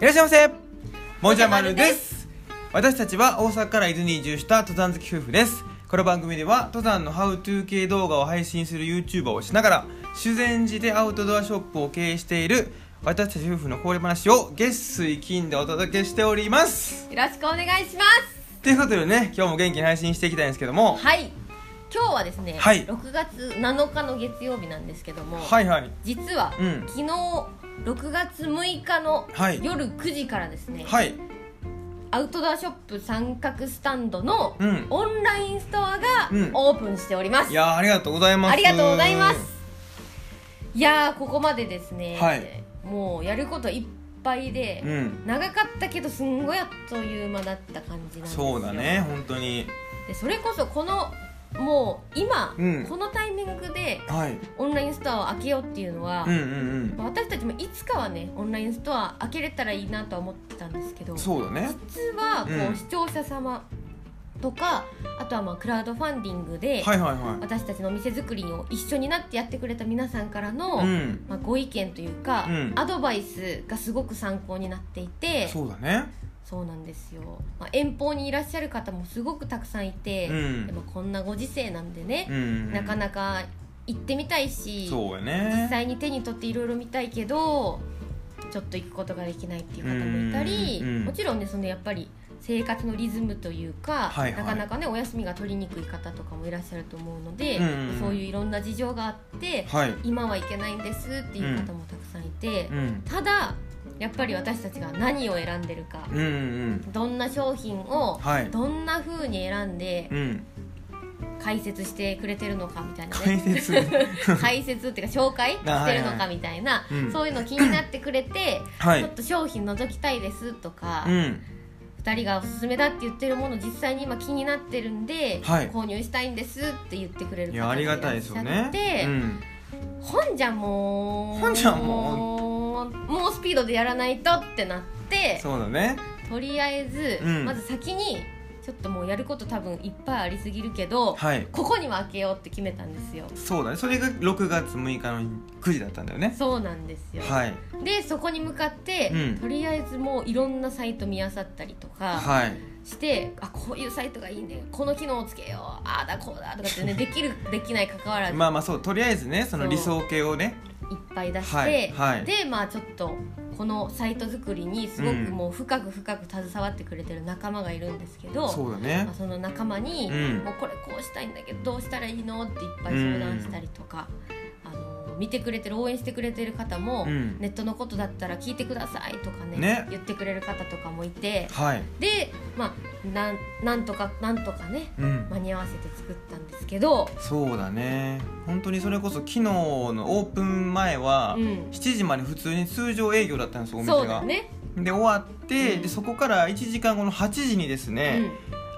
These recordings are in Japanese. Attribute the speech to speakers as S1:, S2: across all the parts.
S1: らっしゃいませもじゃまるです私たちは大阪から伊豆に移住した登山好き夫婦ですこの番組では登山のハウトゥー系動画を配信する YouTuber をしながら修善寺でアウトドアショップを経営している私たち夫婦のこぼれ話を月水金でお届けしております
S2: よろしくお願いしま
S1: ということでね今日も元気に配信していきたいんですけども
S2: すはい今日はですね、
S1: はい
S2: 6月7日の月曜日なんですけども、
S1: はいはい
S2: 実は、
S1: うん
S2: 昨日6月6日の
S1: はい
S2: 夜9時からですね、
S1: はい
S2: アウトドアショップ三角スタンドの
S1: うん
S2: オンラインストアが
S1: うん
S2: オープンしております、
S1: いやーありがとうございます
S2: ありがとうございますいやーここまでですね、
S1: はい
S2: もうやることいっぱいで、
S1: うん
S2: 長かったけどすんごいあっという間だった感じなんですよ
S1: そうだね本当に
S2: でそれこそこのもう今、
S1: うん
S2: このタイミングで
S1: はい
S2: オンラインストアを開けようっていうのは、
S1: うんうん
S2: まあ私たちもいつかはねオンラインストア開けれたらいいなとは思ってたんですけど
S1: うんそうだね
S2: 実はこう、
S1: うん
S2: 視聴者様とかあとはまあクラウドファンディングで、
S1: はいはいは
S2: 私たちのお店作りを一緒になってやってくれた皆さんから
S1: い
S2: の、
S1: うん
S2: まあ、ご意見というか、
S1: うん
S2: アドバイスがすごく参考になっていて
S1: そうだね
S2: そうなんですよ、まあ、遠方にいらっしゃる方もすごくたくさんいて、
S1: うん
S2: でもこんなご時世なんでね、
S1: うん
S2: なか
S1: か
S2: なか行ってみたいし、
S1: そうや
S2: 実
S1: ね
S2: 際に手に取っていろいろ見たいけどちょっと行くことができないっていう方もいたり、
S1: うんうん
S2: もちろんねそのやっぱり生活のリズムというか、
S1: はいはい
S2: なかなかねお休みが取りにくい方とかもいらっしゃると思うので、
S1: うんうん
S2: そういういろんな事情があって
S1: はい
S2: 今は行けないんですっていう方もたくさんいて、
S1: うん
S2: ただやっぱり私たちが何を選んでるか、
S1: うんうん
S2: どんな商品を
S1: はい
S2: どんな風に選んで
S1: うん
S2: 解説してくれてるのかみたいなね
S1: 解 説
S2: 解説っていうか紹介してるのかみたいな、
S1: うん
S2: そういうの気になってくれて、
S1: は
S2: ちょっ
S1: い
S2: と商品覗きたいですとか、
S1: う
S2: 二
S1: ん
S2: 2人がおすすめだって言ってるもの実際に今気になってるんで、
S1: はい
S2: 購入したいんですって言ってくれ
S1: い
S2: る方
S1: や
S2: も
S1: あり
S2: いら
S1: が
S2: った
S1: い
S2: し
S1: ですよね
S2: ゃって、
S1: うん
S2: 本じゃもう
S1: 本じゃ
S2: もうもうスピードでやらないとってなって
S1: そうだね
S2: とりあえず、
S1: うん
S2: まず先にちょっともうやること多分いっぱいありすぎるけど、
S1: はい
S2: ここには開けようって決めたんですよ
S1: そうだねそれが6月6日の9時だったんだよね
S2: そうなんですよ、
S1: はい
S2: でそこに向かって、
S1: うん
S2: とりあえずもういろんなサイト見あさったりとか
S1: はい
S2: して、あこういうサイトがいいねこの機能をつけようああだこうだとかっ てねできるできない関わらずい
S1: まあまあそうとりあえずねその理想形をね
S2: っぱい出して、
S1: はいはい
S2: でまあちょっとこのサイト作りにすごく
S1: うん
S2: もう深く深く携わってくれてる仲間がいるんですけど、
S1: そうだ
S2: ま
S1: ね
S2: あその仲間に、
S1: うん
S2: もうこれこうしたいんだけどどうしたらいいのっていっぱい相談したりとか、あの見てくれてる応援してくれてる方も、
S1: うん
S2: ネットのことだったら聞いてくださいとかね
S1: ね
S2: 言ってくれる方とかもいて
S1: はい
S2: で、まあ、なんなんとかなんとかね
S1: うん
S2: 間に合わせて作ったんですけど、
S1: そうだね本当にそれこそ昨日のオープン前は、
S2: うん、
S1: 7時まで普通に通常営業だったんですお店が
S2: そうだね、
S1: で終わって、
S2: うん
S1: でそこから1時間後の8時にです
S2: う
S1: ね、
S2: ん、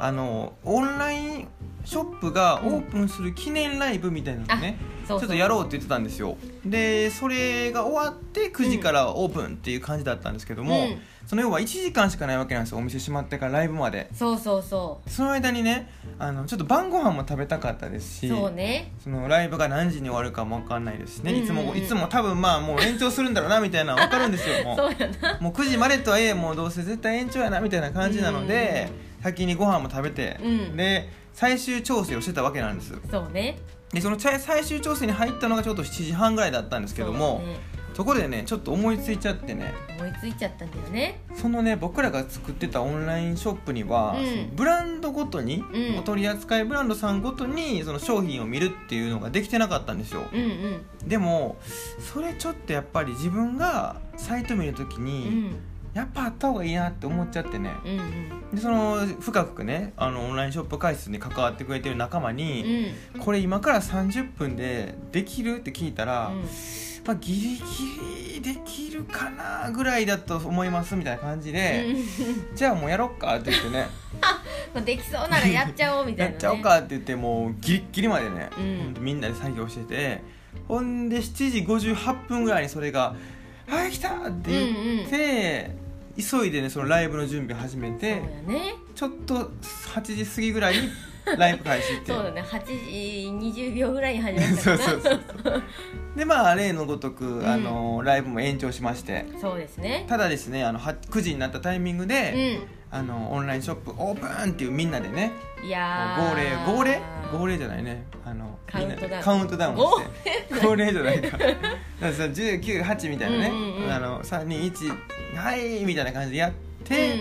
S1: あのオンラインショップがオープンする記念ライブみたいなのね、
S2: そ
S1: ちょ
S2: うそう
S1: っとやろうって言ってたんですよでそれが終わって9時からオープンっていう感じだったんですけども、
S2: うん
S1: その要は1時間しかないわけなんですよお店閉まってからライブまで
S2: そうそうそ
S1: その間にねあのちょっと晩ご飯も食べたかったですし
S2: うそうね
S1: そのライブが何時に終わるかも分かんないですしね、いつ
S2: うんうん
S1: も
S2: うん
S1: いつも多分まあもう延長するんだろうなみたいなの分かるんですよもう
S2: そうやな
S1: もう9時までとはいえもうどうせ絶対延長やなみたいな感じなので先にご飯も食べて、
S2: うん
S1: で最終調整をしてたわけなんです
S2: そうね
S1: でそのちゃ最終調整に入ったのがちょうど7時半ぐらいだったんですけども
S2: そうね
S1: そ,、こでねちょっと思いついちゃってね
S2: 思いついちゃったんだよね
S1: そのね僕らが作ってたオンラインショップには、
S2: うん
S1: そのブランドごとに、
S2: うん
S1: お取り扱いブランドさんごとにその商品を見るっていうのができてなかったんですよ
S2: うんうん
S1: でもそれちょっとやっぱり自分がサイト見るとき
S2: う
S1: に、
S2: ん
S1: やっぱあった方がいいなって思っちゃってね、
S2: うんうん
S1: でその深くねあのオンラインショップ開発に関わってくれてる仲間
S2: う
S1: に、
S2: ん
S1: これ今から30分でできるって聞いたら、
S2: うん
S1: まあ、ギリギリできるかなぐらいだと思いますみたいな感じで、じゃあもうやろっかって言ってね
S2: まあ、できそうならやっちゃお うみた い
S1: や
S2: な、
S1: っ
S2: ね、
S1: ちゃおうかって言ってもうギリッギリまでね、
S2: うん
S1: ほんとみんなで作業しててほんで7時58分ぐらいにそれが「はい来た!」って言って、急いでねそのライブの準備始め
S2: そう
S1: て。
S2: やね
S1: ちょっと8時過ぎぐらいにライブ開始って
S2: そうだね8時20秒ぐらいに始まっ た
S1: そう
S2: か
S1: そ
S2: な
S1: うそうそうでまあ例のごとく、
S2: ん
S1: あのライブも延長しまして
S2: そうですね
S1: ただですねあのは9時になったタイミング
S2: う
S1: で、
S2: ん
S1: あのオンラインショップオープンっていうみんなでね
S2: い
S1: 号
S2: やー
S1: 令号令号令じゃないねあの
S2: カウント
S1: みん
S2: ダウン
S1: なでカウントダウンをして号令じゃないかだからその198みたいなね、
S2: うんうんうん
S1: あの321はいみたいな感じでやって、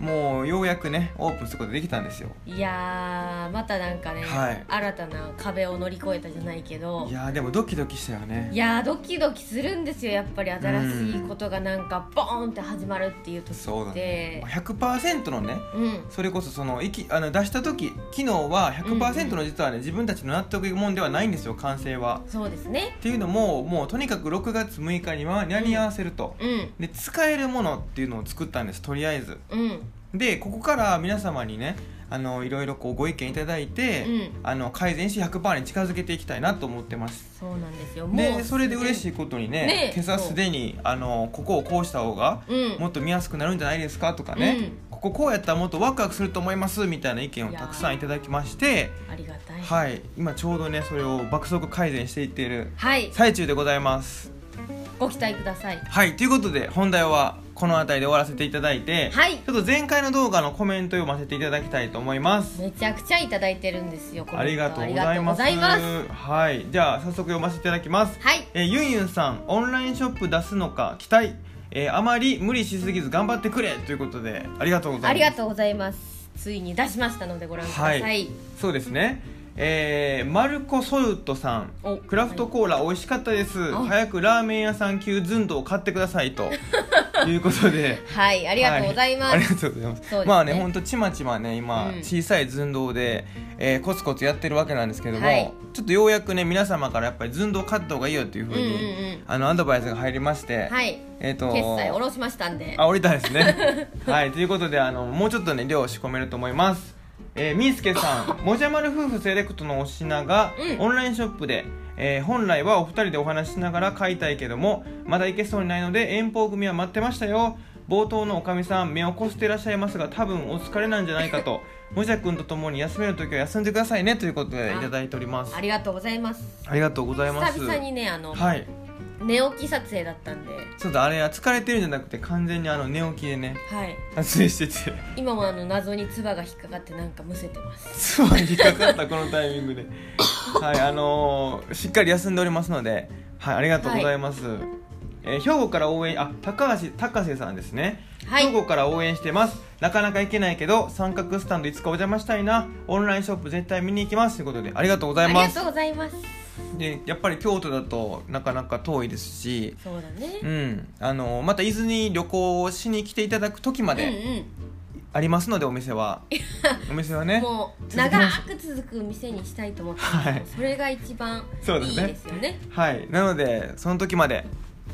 S2: う
S1: もうようやくねオープンすることできたんですよ
S2: んいやーまたなんかね、
S1: はい
S2: 新たな壁を乗り越えたじゃないけど
S1: いやーでもドキドキしたよね
S2: いやードキドキするんですよやっぱり新しいことがなんかボーンって始まるっていう時
S1: そう
S2: っ
S1: だね
S2: て
S1: 100%のね
S2: う,、
S1: それこそそのいきあの出した時機能は100%の実はね、自分たちの納得いくもんではないんですよ完成は。
S2: んそうですね
S1: っていうのももうとにかく6月6日には間に合わせると、
S2: うん
S1: で使えるものっていうのを作ったんですとりあえず
S2: うん
S1: でここから皆様にねあのいろいろこうご意見いただいて、
S2: うん
S1: あの改善し100%に近づけていきたいなと思ってます
S2: そうなんですよ
S1: でそれで嬉し
S2: い
S1: いことにね
S2: ね
S1: 今朝すでにあのここをこうした方が
S2: うん
S1: もっと見やすくなるんじゃないですかとかね、
S2: うん
S1: こここうやったらもっとワクワクすると思いますみたいな意見をたくさんいただきまして
S2: ありがたいい、
S1: はい今ちょうどねそれを爆速改善していっている
S2: はい、
S1: 最中でございます
S2: ご期待ください
S1: はいということで本題はこの辺りで終わらせていただいて、
S2: はい
S1: ちょっと前回の動画のコメントを読ませていただきたいと思います
S2: めちゃくちゃいただいてるんですよコメント
S1: ありがとうございます
S2: ありがとうございま
S1: はいじゃあ早速読ませていただきます
S2: すはい
S1: えーゆんゆんさんオンラインショップ出すのか期待えーあまり無理しすぎず頑張ってくれということでありがとうございます
S2: ありがとうございますついに出しましたのでご覧ください、
S1: はいそうですね。えー、マルコ・ソルトさん
S2: お
S1: クラフトコーラ美味しかったです、
S2: あ
S1: 早くラーメン屋さん級ズンドを買ってくださいと いうことで
S2: はいありがとうございます、
S1: はありがとうございます
S2: そうですね
S1: まあねほんとちまちまね今、
S2: うん
S1: 小さい寸胴で、えーコツコツやってるわけなんですけども、
S2: はい
S1: ちょっとようやくね皆様からやっぱり寸胴買った方がいいよっていうふうに、
S2: うんうんうん
S1: あのアドバイスが入りまして、
S2: はい
S1: えっ、と
S2: 決済下ろしましたんで
S1: あ降りたですね はいということであのもうちょっとね量を仕込めると思いますえー、みーすけさ んもじゃまる夫婦セレクトのお品が、
S2: うん
S1: オンラインショップで、えー本来はお二人でお話ししながら買いたいけどもまだ行けそうにないので遠方組は待ってましたよ冒頭のおかみさん目をこすっていらっしゃいますが多分お疲れなんじゃないか ともじゃくんと共に休める時は休んでくださいねということでいただいております
S2: ありがとうございます
S1: ありがとうございます
S2: 久々にねあの、
S1: はい
S2: 寝起き撮影だったんで
S1: ちょっとあれは疲れてるんじゃなくて完全にあの寝起きでね
S2: はい
S1: 撮影してて
S2: 今もあの謎に唾が引っかかってなんかむせてます
S1: つまり引っかかったこのタイミングではいあのーしっかり休んでおりますのではいありがとうございます、えー兵庫から応援あ高橋高瀬さんですね、
S2: はい
S1: 兵庫から応援してますなかなか行けないけど三角スタンドいつかお邪魔したいなオンラインショップ絶対見に行きますということでありがとうござ
S2: あ
S1: い
S2: り
S1: ま
S2: が
S1: す
S2: とうございます
S1: でやっぱり京都だとなかなか遠いですし
S2: そうだ
S1: う
S2: ね
S1: んあのーまた伊豆に旅行をしに来ていただく時ま
S2: うん
S1: でありますのでお店 はお店は
S2: うん
S1: ね
S2: もう
S1: 続きま
S2: 長
S1: し
S2: く続く店にしたいと思って
S1: は
S2: ます、
S1: い
S2: それが一番
S1: そうだね
S2: いいですよね
S1: はいなのでその時まで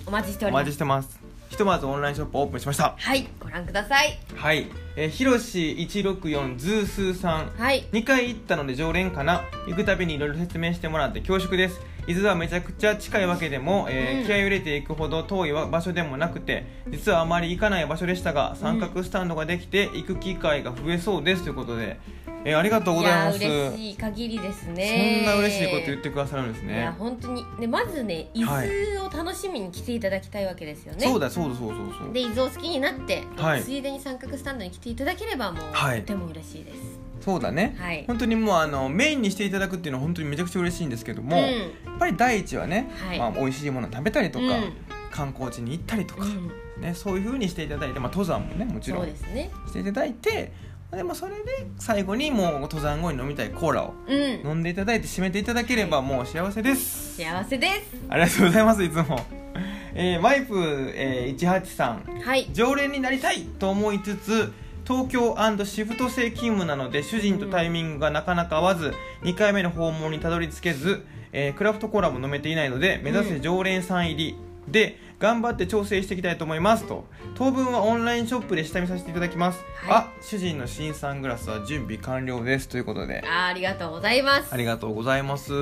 S2: お待ちしてお
S1: お
S2: りま
S1: 待ち
S2: す
S1: してますひとまずオンラインショップオープンしました
S2: はいご覧ください
S1: はいえーひろし164ズースーさん
S2: はい
S1: 2回行ったので常連かな行くたびにいろいろ説明してもらって恐縮です伊豆はめちゃくちゃ近いわけでも、えー
S2: うん
S1: 気合を入れていくほど遠いわ場所でもなくて実はあまり行かない場所でしたが三角スタンドができて行く機会が増えそうですということで、えーありがとうございます
S2: やー嬉しい限りですね
S1: そんな嬉しいこと言ってくださるんです
S2: いや
S1: ね
S2: 本当にねまずね伊
S1: はい
S2: 豆を楽しみに来ていただきたいわけですよね、
S1: そうだそうだそうそうそう
S2: で伊豆を好きになって、
S1: はい
S2: ついでに三角スタンドに来ていただければもう、
S1: はい
S2: とても嬉しいです
S1: そうだね、
S2: はい
S1: 本当にもうあのメインにしていただくっていうのは本当にめちゃくちゃ嬉しいんですけども、
S2: うん
S1: やっぱり第一はね、
S2: はい
S1: まあ、美味しいものを食べたりとか、
S2: うん
S1: 観光地に行ったりとか、
S2: うん
S1: ね、そういうふうにしていただいて、まあ、登山もねもち
S2: そ
S1: ろ
S2: うんで
S1: し
S2: すね
S1: ていただいてでもそれで最後にもう登山後に飲みたいコーラを
S2: うん
S1: 飲んでいただいて締めていただければもう幸せです、
S2: 幸せです
S1: ありがとうございますいつも、えー、ワイプ、えー、18さん
S2: はい
S1: 常連になりたいと思いつつ東京シフト制勤務なので主人とタイミングがなかなか合わず2回目の訪問にたどり着けず、えークラフトコーラも飲めていないので目指せ常連さん入り、で頑張って調整していきたいと思いますと当分はオンラインショップで下見させていただきます、
S2: はい
S1: あ主人の新サングラスは準備完了ですということで
S2: あーありがとうございます
S1: ありがとうございます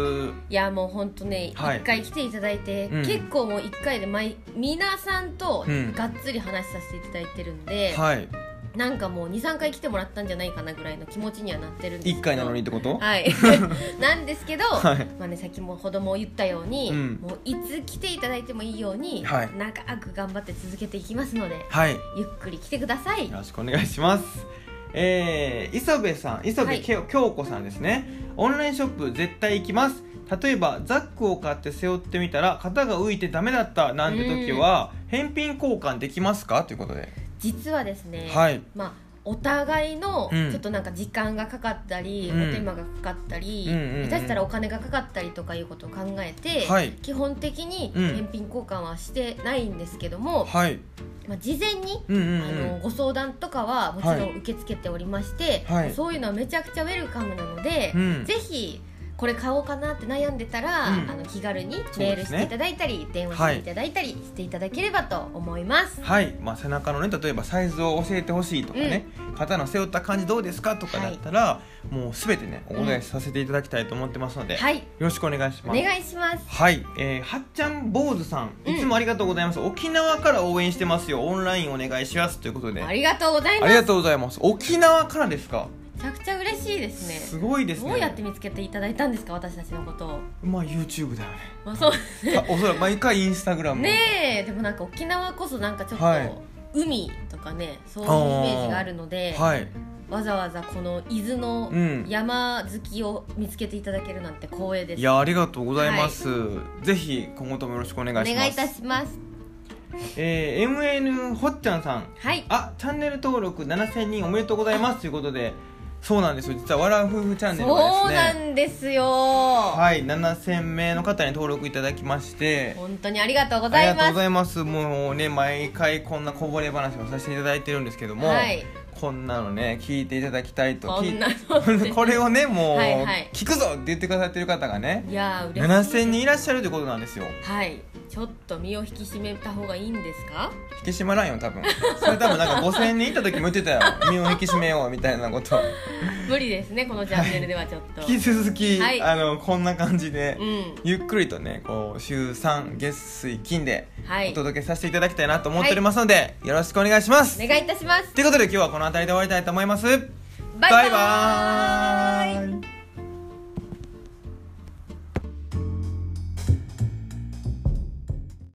S2: いやもう本当ね一、
S1: はい
S2: 回来ていただいて、
S1: うん
S2: 結構もう一回で毎皆さんと
S1: うん
S2: がっつり話させていただいてるんで、
S1: はい
S2: なんかもう23回来てもらったんじゃないかなぐらいの気持ちにはなってるんですけど
S1: 1回なのにってこと、
S2: はい なんですけど、
S1: はい
S2: まあね、先もほども言ったように、
S1: うん
S2: もういつ来ていただいてもいいように、
S1: はい
S2: 長く頑張って続けていきますので
S1: はい、よ
S2: ゆっくり来てください
S1: ろしくお願いしますえー、磯部さん磯
S2: は
S1: 部
S2: い
S1: 京京子さんですねオンラインショップ絶対行きます例えばザックを買って背負ってみたら型が浮いてダメだったなんて時は返品交換できますかということで、
S2: 実はですね、
S1: はい
S2: まあお互いの
S1: うん
S2: ちょっとなんか時間がかかったり、
S1: うん
S2: お手間がかかったり、
S1: うんうんうん
S2: 下手したらお金がかかったりとかいうことを考えて、
S1: はい
S2: 基本的に
S1: うん
S2: 返品交換はしてないんですけども、
S1: はい
S2: まあ、事前に
S1: うんうんう
S2: あ
S1: ん
S2: のご相談とかはもちろん受け付けておりまして、
S1: はい
S2: そういうのはめちゃくちゃウェルカムなので、
S1: うん
S2: ぜひこれ買おうかなって悩んでたら、
S1: うん
S2: あの気軽に
S1: すね
S2: メールしていただいたり、電話していただいたりしていただければと思います。
S1: はい、まあ、背中のね例えばサイズを教えてほしいとかね、肩の背負った感じどうですかとかだったら、もうすべてねお答えさせていただきたいと思ってますので、よ
S2: はい、
S1: ろしくお願いし
S2: お
S1: ます。
S2: 願いします。
S1: はい、えー、はっちゃん坊主さん
S2: うん
S1: いつもありがとうございます、沖縄から応援してますよオンラインお願いしますということで
S2: あ
S1: あ
S2: りがとうございま
S1: り
S2: す。
S1: がとうございます沖縄からですか
S2: めちゃくちゃ嬉しいですね。
S1: すごいですね
S2: どうやって見つけていただいたんですか、私たちのことを。
S1: まあ YouTube だよね
S2: まあ、そう
S1: あおそらく毎回インスタグラム
S2: ねえでもなんか沖縄こそなんかちょっと、
S1: はい
S2: 海とかねそういうイメージがあるので、
S1: はい
S2: わざわざこの伊豆の
S1: うん
S2: 山好きを見つけていただけるなんて光栄です、
S1: いやありがとうございます、ぜひ今後ともよろしくお願
S2: お
S1: いします
S2: 願いいたします
S1: えー、MN ほっちゃんさん
S2: はい
S1: あチャンネル登録7000人おめでとうございますということでそうなんですよ実は「わら夫婦チャンネル」
S2: そ
S1: が
S2: う
S1: です
S2: な
S1: ね
S2: んですよ、
S1: はい7000名の方に登録いただきまして
S2: 本当にありがとうご
S1: あ
S2: ざ
S1: り
S2: い
S1: がとうご
S2: ます
S1: ざいますもうね毎回こんなこぼれ話をさせていただいてるんですけども、
S2: はい
S1: こんなのね聞いていただきたいと
S2: こ
S1: 聞い
S2: んなのって
S1: これをねもう、
S2: はいはい
S1: 聞くぞって言ってくださってる方がね
S2: いやー嬉し
S1: 7000
S2: い
S1: 人いらっしゃるということなんですよ
S2: はいちょっと身を引き締めた方がいいんですか
S1: 引き締まらんよ多分それ多分なんか5000人いた時も言ってたよ 身を引き締めようみたいなこと
S2: 無理ですねこのチャンネルではちょっと、
S1: 引き続き、
S2: はい
S1: あのこんな感じで、
S2: うん
S1: ゆっくりとねこう週3月水金で
S2: は
S1: お
S2: いお
S1: 届けさせていただきたいなと思っておりますので、よろしくお願いしますと
S2: 願いいたします
S1: いうことで今日はこの辺りで終わりたいと思います
S2: バイバ
S1: バイバ
S2: ーイ
S1: ーイ